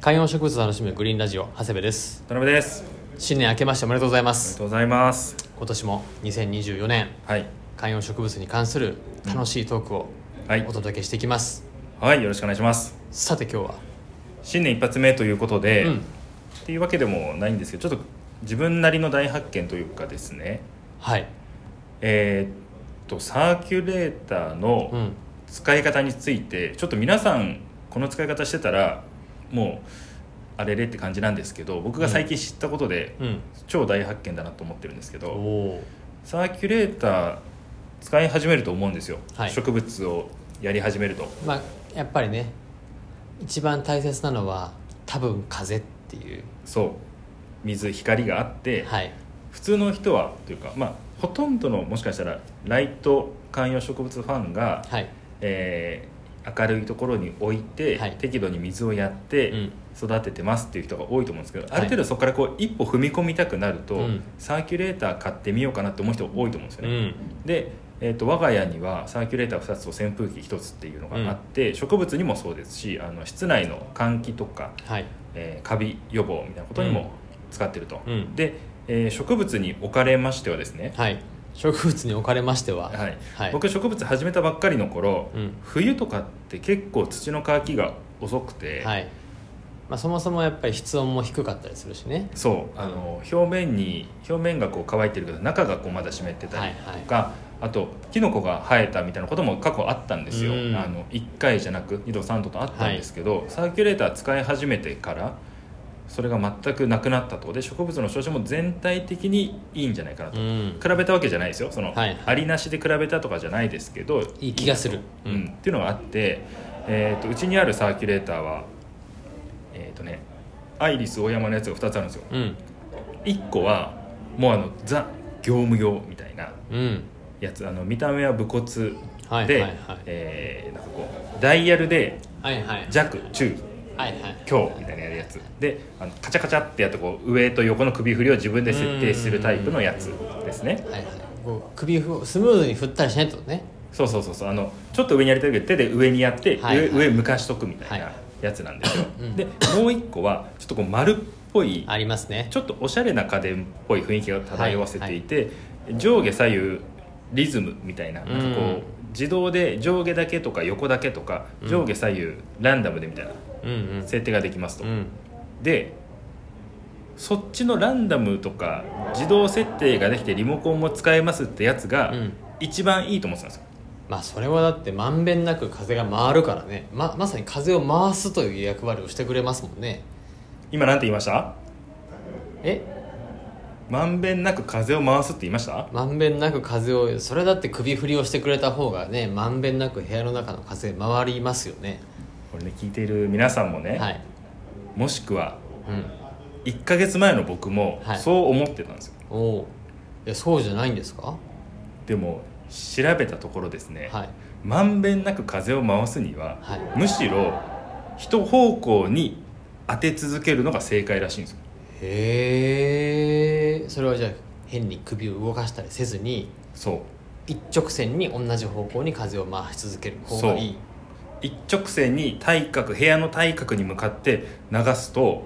観葉植物を楽しむグリーンラジオ長谷部です田辺です。新年明けましておめでとうございまありがすとうございます。今年も2024年はい。観葉植物に関する楽しいトークをはいお。届けしていきます、はい、よろしくお願いします。さて今日は、新年一発目ということで、うんっていうわけでもないんですけど、ちょっと自分なりの大発見というかですね、はい、えーっと、サーキュレーターうのん、使い方について、ちょっと皆さん、この使い方してたら、もう、あれれって感じなんですけど、僕が最近知ったことで、うん、超大発見だなと思ってるんですけおど、おサーキュレーター使い始めると思うんですよ、はい植物をやり始めるとーまあやっぱりね一番大切なのは多分風っていうそう水光があって、はい普通の人はというかまあほとんどのもしかしたらライト観葉植物ファンが、はいえー明るいところに置いて、はい適度に水をやっうてん育ててますっていう人が多いと思うんですけど、はいある程度そこからこう一歩踏み込みたくなると、うんサーキュレーター買ってみようかなって思う人多いと思うんですようね、んで、えー、と我が家にはサーキュレーター2つと扇風機1つっていうのがあって、植物にもそうですしあの室内の換気とか、はいえーカビ予防みたいなことにうんも使ってると、うんで、えー植物におかれましてはですね、はい植物におかれましてははいはい僕植物始めたばっかりの頃、うん冬とかって結構土の乾きが遅くて、はいまあ、そもそもやっぱり室温も低かったりするしねそうあの表面に表面がこう乾いてるけど中がこうまだ湿ってたりとか、あとキノコが生えたみたいなことも過去あったんですよ、うんあの1回じゃなく2度3度とあったんですけど、サーキュレーター使い始めてからそれが全くなくなったとで植物の調子も全体的にいいんじゃないかなうと、ん比べたわけじゃないですよその、はいありなしで比べたとかじゃないですけどいい気がするううんん、っていうのがあって、えー、とうちにあるサーキュレーターはえっ、とねアイリス大山のやつが2つあるんですようん1個はもうあのザ業務用みたいなうんやつあの見た目は武骨で、はいはいはいえーなんかこうダイヤルではいはい弱中はいはい強みたいなやつであのカチャカチャってやってこう上と横の首振りを自分で設定するタイプのやつですねはいはいこう首をスムーズに振ったりしないってことねそうそうそうそうあのちょっと上にやりたいけど手で上にやって、はいはい上上向かしとくみたいはないやつなんですよ、うんでもう一個はちょっとこう丸っぽいありますねちょっとおしゃれな家電っぽい雰囲気が漂わせていて、上下左右リズムみたいななんかこう、うん自動で上下だけとか横だけとかうん上下左右ランダムでみたいなうんうん設定ができますと、うんでそっちのランダムとか自動設定ができてリモコンも使えますってやつがうん一番いいと思ってたんですよ、まあそれはだってまんべんなく風が回るからねままさに風を回すという役割をしてくれますもんね今なんて言いましたえまんべんなく風を回すって言いましたまんべんなく風をそれだって首振りをしてくれた方がねまんべんなく部屋の中の風回りますよねこれね聞いている皆さんもね、はいもしくはうん1ヶ月前の僕もはいそう思ってたんですよ、おおいやそうじゃないんですかでも調べたところですね、はいまんべんなく風を回すには、はいむしろ一方向に当て続けるのが正解らしいんですよへえそれはじゃあ変に首を動かしたりせずにそう一直線に同じ方向に風を回し続ける方がいい一直線に対角部屋の対角に向かって流すと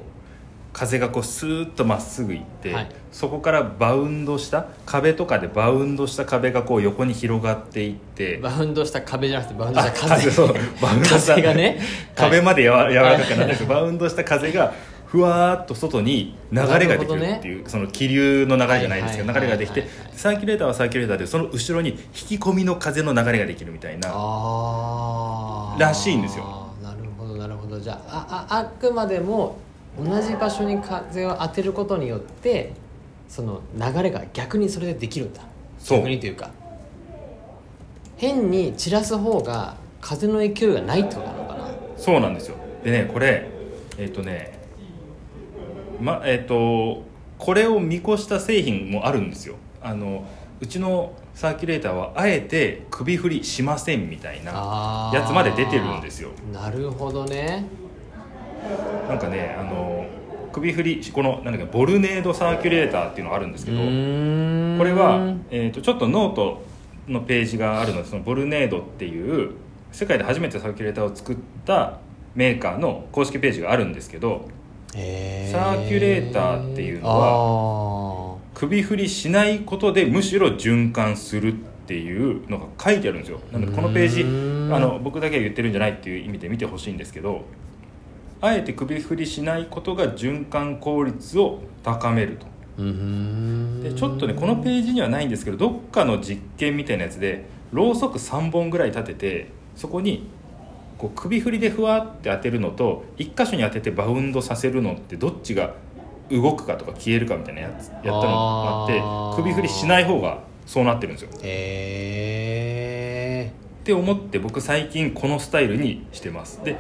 風がこうスーッとまっすぐ行って、はいそこからバウンドした壁とかでバウンドした壁がこう横に広がっていってバウンドした壁じゃなくてバウンドしたあ風そうバウンドした風がね壁はいまでやわ柔らかくなってくバウンドした風がふわーっと外に流れができるっていう、その気流の流れじゃないですけど、はいはい流れができて、はいはいはいサーキュレーターはサーキュレーターでその後ろに引き込みの風の流れができるみたいなあーらしいんですよなるほどなるほどじゃああああくまでも同じ場所に風を当てることによってその流れが逆にそれでできるんだそう逆にというか変に散らす方が風の勢いがないってことなのかなそうなんですよでねこれえっ、とねまえっ、とこれを見越した製品もあるんですよあのうちのサーキュレーターはあえて首振りしませんみたいなあーやつまで出てるんですよなるほどねなんかねあの首振りこのなんだっけボルネードサーキュレーターっていうのがあるんですけどうーんこれは、えー、とちょっとノートのページがあるのでそのボルネードっていう世界で初めてサーキュレーターを作ったメーカーの公式ページがあるんですけどへーサーキュレーターっていうのは首振りしないことでむしろ循環するっていうのが書いてあるんですよなのでこのページうーんあの僕だけが言ってるんじゃないっていう意味で見てほしいんですけどあえて首振りしないことが循環効率を高めるとあーうーんでちょっとねこのページにはないんですけどどっかの実験みたいなやつでろうそく3本ぐらい立ててそこにこう首振りでふわって当てるのと1箇所に当ててバウンドさせるのってどっちが動くかとか消えるかみたいなやつやったのがああっーて首振りしない方がそうなってるんですよ。っへて思って僕最近このスタイルにしてます。で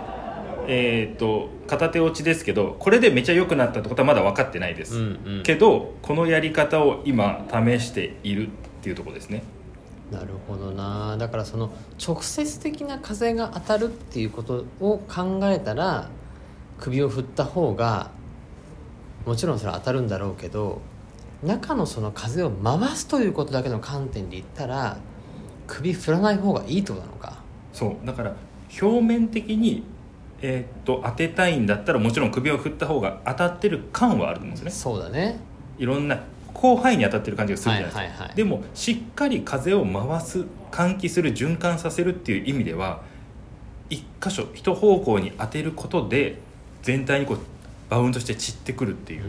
えーっと片手落ちですけどこれでめちゃ良くなったってことはまだ分かってないでーす。うんうんけどこのやり方を今試しているっていうところですねなるほどなだからその直接的な風が当たるっていうことを考えたら首を振った方がもちろんそれは当たるんだろうけど中のその風を回すということだけの観点で言ったら首振らない方がいいってことなのかそうだから表面的に、えーっと当てたいんだったらもちろん首を振った方が当たってる感はあると思うんですよねそうだねいろんな広範囲に当たってる感じがするじゃなはいですか、いはいはいでもしっかり風を回す換気する循環させるっていう意味では一箇所一方向に当てることで全体にこうバウンドして散ってくるっていう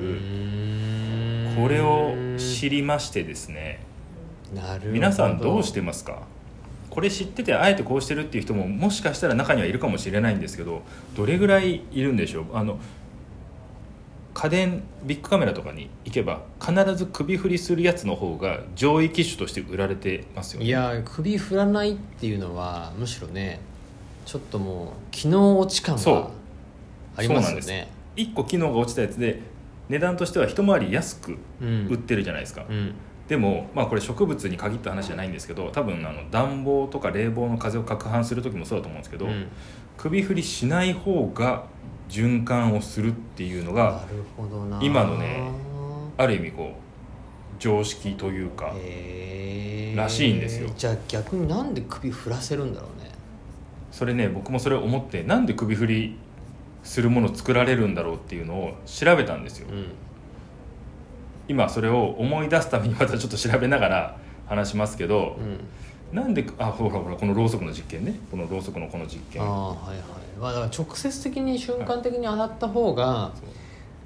これを知りましてですねなるほど皆さんどうしてますかこれ知っててあえてこうしてるっていう人ももしかしたら中にはいるかもしれないんですけどどれぐらいいるんでしょうあの家電ビッグカメラとかに行けば必ず首振りするやつの方が上位機種として売られてますよねいや首振らないっていうのはむしろねちょっともう機能落ち感そうがありまそうすなんよですね1個機能が落ちたやつで値段としては一回り安くう売っん、てるじゃないですか、うん、でも、まあ、これ植物に限った話じゃないんですけど多分あの暖房とか冷房の風を攪拌する時もそうだと思うんですけど、うん首振りしない方が循環をするっていうのながるほどな今のねある意味こう常識というかへーらしいんですよじゃあ逆になんで首振らせるんだろうねそれね僕もそれを思ってなんで首振りするもの作られるんだろうっていうのを調べたんですようん今それを思い出すためにまたちょっと調べながら話しますけどうんなんであほらほらこのろうそくの実験ねこのろうそくのこの実験ああはいはい、まあ、だから直接的に瞬間的に当たった方がそう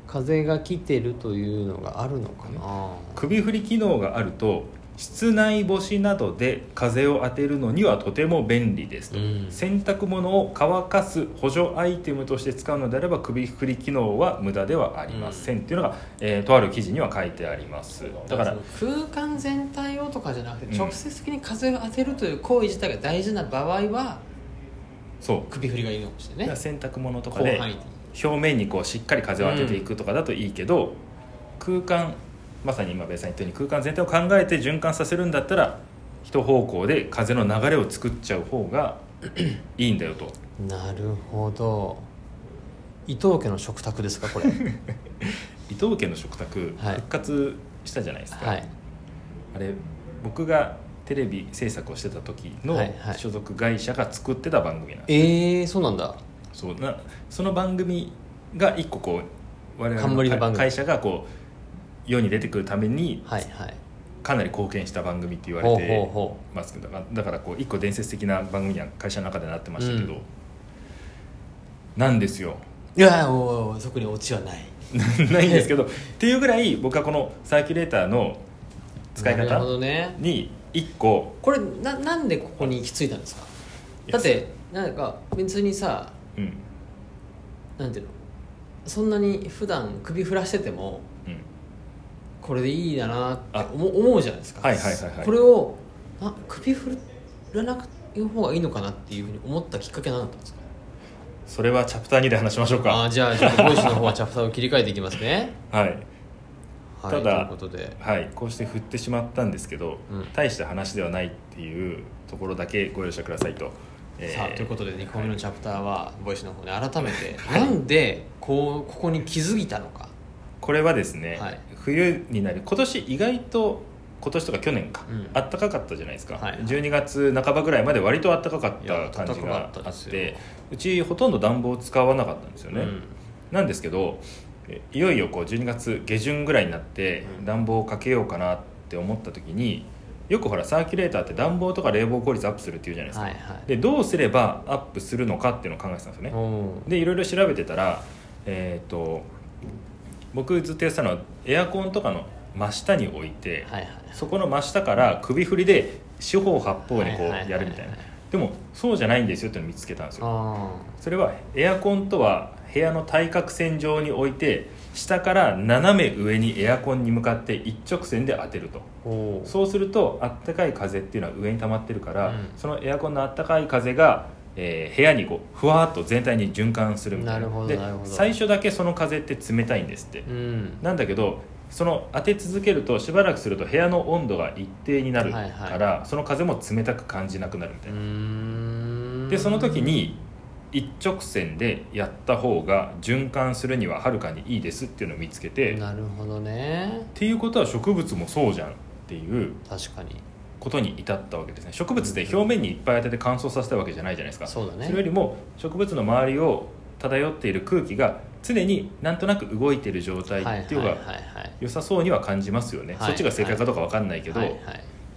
風が来てるというのがあるのかな首振り機能があると室内干しなどで風を当てるのにはとても便利ですと、うん洗濯物を乾かす補助アイテムとして使うのであれば首振り機能は無駄ではありません、っていうのが、えーとある記事には書いてありますだからその空間全体をとかじゃなくうんて直接的に風を当てるという行為自体が大事な場合はそう首振りがいいのかもしれだなかいらね洗濯物とか広で範囲表面にこうしっかり風を当てていくとかだといいけど、空間まさに今ベイさん言ったように空間全体を考えて循環させるんだったら一方向で風の流れを作っちゃう方がいいんだよ と。なるほど伊藤家の食卓ですか これ伊藤家の食卓、はい復活したじゃないですか、はいあれ僕がテレビ制作をしてた時のはいはい所属会社が作ってた番組なんです、えー、そうなんだそうなその番組が一個こう我々冠のの番会組会社がこう世に出てくるためにはいはいかなり貢献した番組って言わほれうほうてほますけどだからだからこう一個伝説的な番組には会社の中でなってましたけど、うんなんですよ ういやおお特にオチはないないんですけどっていうぐらい僕はこのサーキュレーターの使いなる方ほどねに1個これななんでここに行き着いたんですかいやだってなんか別にさうんなんていうのそんなに普段首振らしててもうんこれでいいだなって思思うじゃないですかはいはいはいはいこれをあ首振らなくていい方がいいのかなっていうふうに思ったきっかけは何だったんですかそれはチャプター2で話しましょうあかあじゃあちょっとボイスの方はチャプターを切り替えていきます ねはい、はいただということではい、こうして振ってしまったんですけど、うん大した話ではないっていうところだけご容赦くださいと、えーさあということで2個目のチャプターはボイスの方で改めて、なんでこうここに気づいたのかこれはですね、はい冬になり今年意外と今年とか去年か、うんあったかかったじゃないですか、はいはい12月半ばぐらいまで割とあったかかっいたや感じ暖がかあかっったてでうちほとんど暖房使わなかったんですよね、うんなんですけどえいよいよこう12月下旬ぐらいになってうん暖房をかけようかなって思った時によくほらサーキュレーターって暖房とか冷房効率アップするっていうじゃないですか、はいはいでどうすればアップするのかっていうのを考えてたんですよね、おーでいろいろ調べてたらえっ、と僕ずっとやってたのはエアコンとかの真下に置いて、はいはいそこの真下から首振りで四方八方はいにこはいはいはういやるみたいなでもそうじゃないんですよっていうのを見つけたんですよあそれはエアコンとは部屋の対角線上に置いて下から斜め上にエアコンに向かって一直線で当てるとーおーそうするとあったかい風っていうのは上に溜まってるから、うんそのエアコンのあったかい風が、えー部屋にこうふわっと全体に循環するみたいななるほどでなるほど最初だけその風って冷たいんですって、うんなんだけどその当て続けるとしばらくすると部屋の温度が一定になるから、はいその風も冷たく感じなくなるみたういな、ーんでその時に一直線でやった方が循環するにははるかにいいですっていうのを見つけてっなるほどねていうことは植物もそうじゃんっていう確かにことに至ったわけですね植物って表面にいっぱい当てて乾燥させたわけじゃないじゃないですかそうだねれよりも植物の周りを漂っている空気が常になんとなく動いている状態っていうのはいがはいはいはい良さそうには感じますよね、はいそっちが正解かどうかわかんないけど、はいはい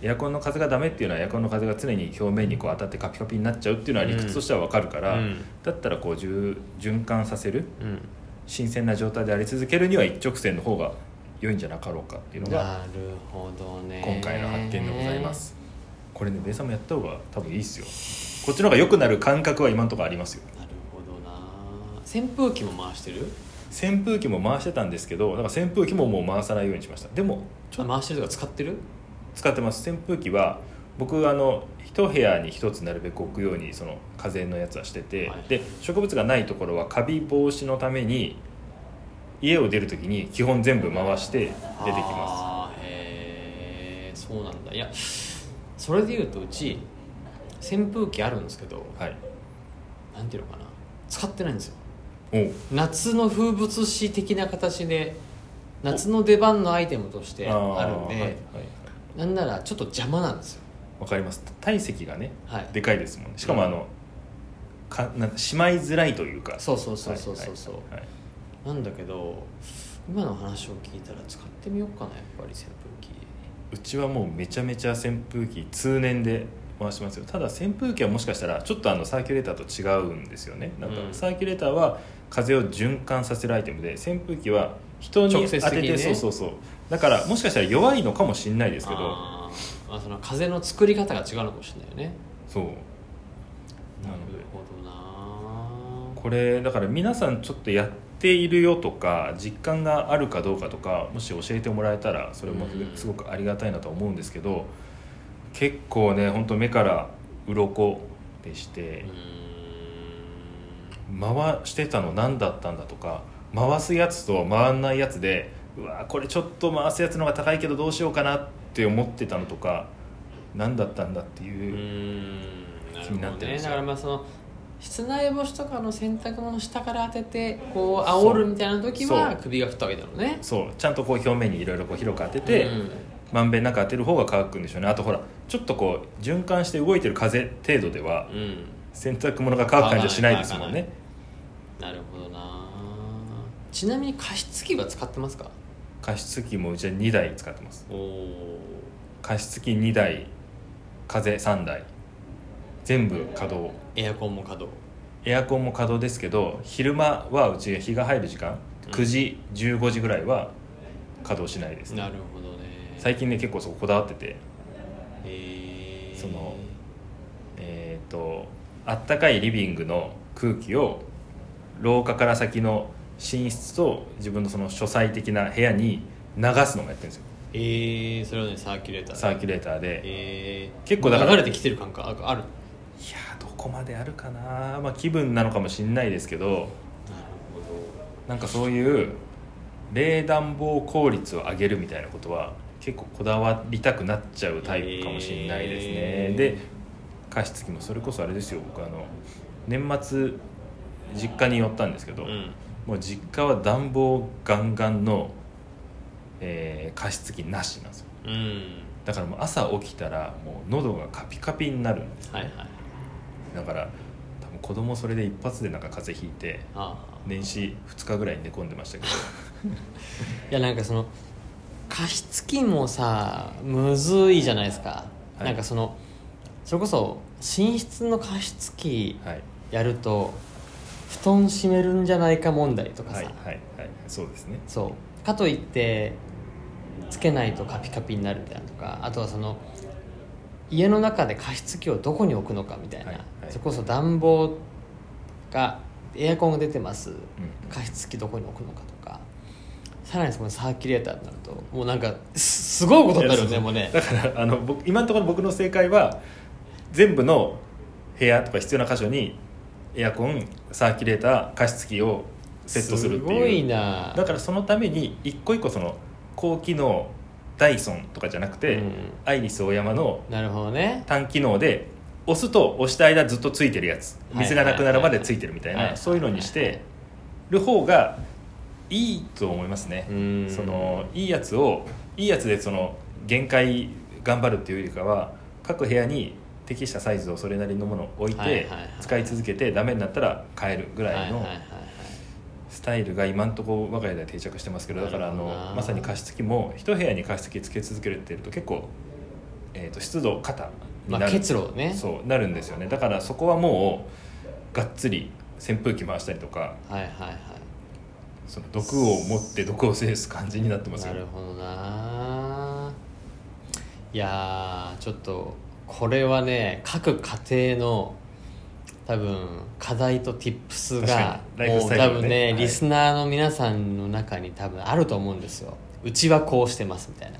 エアコンの風がダメっていうのはエアコンの風が常に表面にこう当たってカピカピになっちゃうっていうのは理屈としてはわかるから、うんだったらこうじゅ循環させるうん新鮮な状態であり続けるには一直線の方が良いんじゃなかろうかっていうのがなるほどね今回の発見でございます、これねベイさんもやった方が多分いいっすよこっちの方が良くなる感覚は今のところありますよなるほどな扇風機も回してる扇風機も回してたんですけどだから扇風機ももう回さないようにしましたでもちょ回してるとか使ってる使ってます扇風機は僕あの一部屋に一つなるべく置くようにその風のやつはしてて、はいで植物がないところはカビ防止のために家を出る時に基本全部回して出てきますあーへえそうなんだいやそれでいうとうち扇風機あるんですけどはいなんていうのかな使ってないんですよおう夏の風物詩的な形で夏の出番のアイテムとしてあるんーはいはいでなんならちょっと邪魔なんですよわかります体積がねはいでかいですもんねしかもあの、かなんしまいづらいというかそうそうそうそうそうそうはいはいはいなんだけど今の話を聞いたら使ってみようかなやっぱり扇風機うちはもうめちゃめちゃ扇風機通年で回しますよただ扇風機はもしかしたらちょっとあのサーキュレーターと違うんですよねなんかうんサーキュレーターは風を循環させるアイテムで扇風機は人に当直て接て、的にねそうそうそうだからもしかしたら弱いのかもしれないですけどあーまあその風の作り方が違うのかもしれないよねそうななるのでほどなこれだから皆さんちょっとやっているよとか実感があるかどうかとかもし教えてもらえたらそれもうんすごくありがたいなと思うんですけど結構ね本当目から鱗でしうてーん回してたの何だったんだとか回すやつと回んないやつでうわーこれちょっと回すやつの方が高いけどどうしようかなって思ってたのとか何だったんだってういう、ーんな気になるっほどてるんでねすだよからまあその室内干しとかの洗濯物下から当ててこう煽るみたいな時そはう首が振ったわけだろうねそうちゃんとこう表面にいろいろこう広く当てて。うんまんべんなく当てる方が乾くんでしょうねあとほらちょっとこう循環して動いてる風程度ではうん洗濯物が乾く感じはしないですもんねなるほどなちなみに加湿器は使ってますか加湿器もうちは2台使ってますおお加湿器2台風3台全部稼働エアコンも稼働エアコンも稼働ですけど昼間はうちが日が入る時間うん9時15時ぐらいは稼働しないですなるほどね最近ね結構そここだわっててえーそのえっ、とあったかいリビングの空気を廊下から先の寝室と自分のその書斎的な部屋に流すのもやってるんですよえー、それはねサーキュレーターサーキュレーターで、いやえー、結構だから流れてきてる感覚ああるーどこまであるかなまあ気分なのかもしんないですけどなるほなんかそういう冷暖房効率を上げるみたいなことは結構こだわりたくなっちゃうタイプかもしれないですね、えーで加湿器もそれこそあれですよ僕あの年末実家に寄ったんですけど、うんもう実家は暖房ガンガンの、えー加湿器なしなんですようんだからもう朝起きたらもう喉がカピカピになるんですはいはいだから多分子供それで一発でなんか風邪ひいてああ年始2日ぐらい寝込んでましたけどいやなんかその加湿器もさむずいじゃないですか、はいなんかそのそれこそ寝室の加湿器 はいやると布団閉めるんじゃないか問題とかはさ、いはいはいそうですねそうかといってつけないとカピカピになるみたいなとかあとはその家の中で加湿器をどこに置くのかみたいな、はいはいそれこそ暖房がエアコンが出てますうん加湿器どこに置くのかとかさらにそこにサーキュレーターになるともうなんかすすごいことになるよねもうねだからあの僕今のところ僕の正解は全部の部屋とか必要な箇所にエアコンサーキュレーター加湿器をセットするっていうごいなだからそのために一個一個その高機能ダイソンとかじゃなくて、うんアイリスオーヤマのなるほどね単機能で押すと押した間ずっとついてるやつはい水がなくなるまでついてるみたいはいはいなそういうのにしはいはてる方がいいと思いますね、うんそのいいやつをいいやつでその限界頑張るっていうよりかは各部屋に適したサイズをそれなりのものを置いはいはいてはい使い続けてダメになったら変えるぐはいはらいいのはいはいスタイルが今んとこ我が家では定着してますけどだからあのなるほどなまさに加湿器も一部屋に加湿器つけ続けるっていうと結構、えー、と湿度肩にまなある、結露ねそうなるんですよねだからそこはもうがっつり扇風機回したりとかはいはいはいその毒を持って毒を制す感じになってますよなるほどないやーちょっとこれはね各家庭の多分課題と Tips が確かにライフもスうタイル多ね分ね、はいリスナーの皆さんの中に多分あると思うんですようちはこうしてますみたいな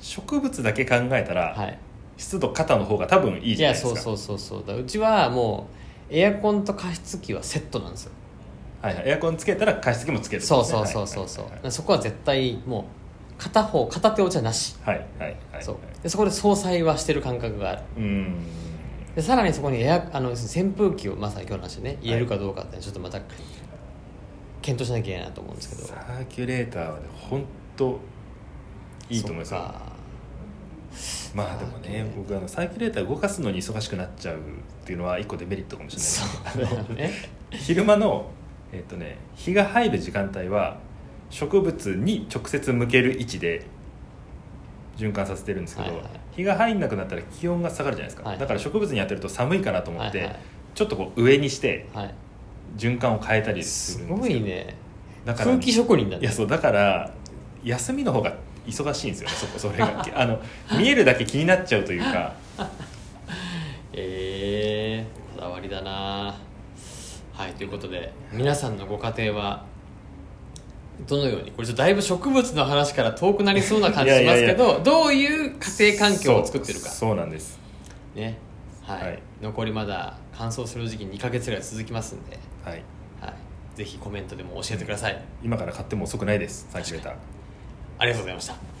植物だけ考えたら、はい湿度肩の方が多分いいじゃないですかやそうそうそうそうだうちはもうエアコンと加湿器はセットなんですよはいはいエアコンつけたら加湿器もつけるそうそうそうそうそう、そこは絶対もう片方片手落ちはなし、はいはいはいはいはいはいそうでそこで相殺はしてる感覚があるうんでさらにそこにエアあの扇風機をまさに今日の話でね言えるかどうかってちょっとまた検討しなきゃいけないなと思うんですけどサーキュレーターはね本当いいと思いますそっよかまあでもね僕あのサーキュレーター動かすのに忙しくなっちゃうっていうのは一個デメリットかもしれそないけうどだよね昼間のえっとね日が入る時間帯は植物に直接向ける位置で循環させてるんですけど、はいはい日が入んなくなったら気温が下がるじゃないですか、はいだから植物に当てると寒いかなと思って、はいはいちょっとこう上にしてはい循環を変えたりすするんですごよいねだから空気職人だいやねそうだから休みの方が忙しいんですよねそこそ れがあの見えるだけ気になっちゃうというかえー、こだわりだなはいということで皆さんのご家庭はどのようにこれちょっとだいぶ植物の話から遠くなりそうな感じしますけどいやいどういう家庭環境を作ってるかそうそうなんですねはい、はい残りまだ乾燥する時期2ヶ月ぐらい続きますんで、はいはい、ぜひコメントでも教えてください、今から買っても遅くないですサーキュレーターありがとうございました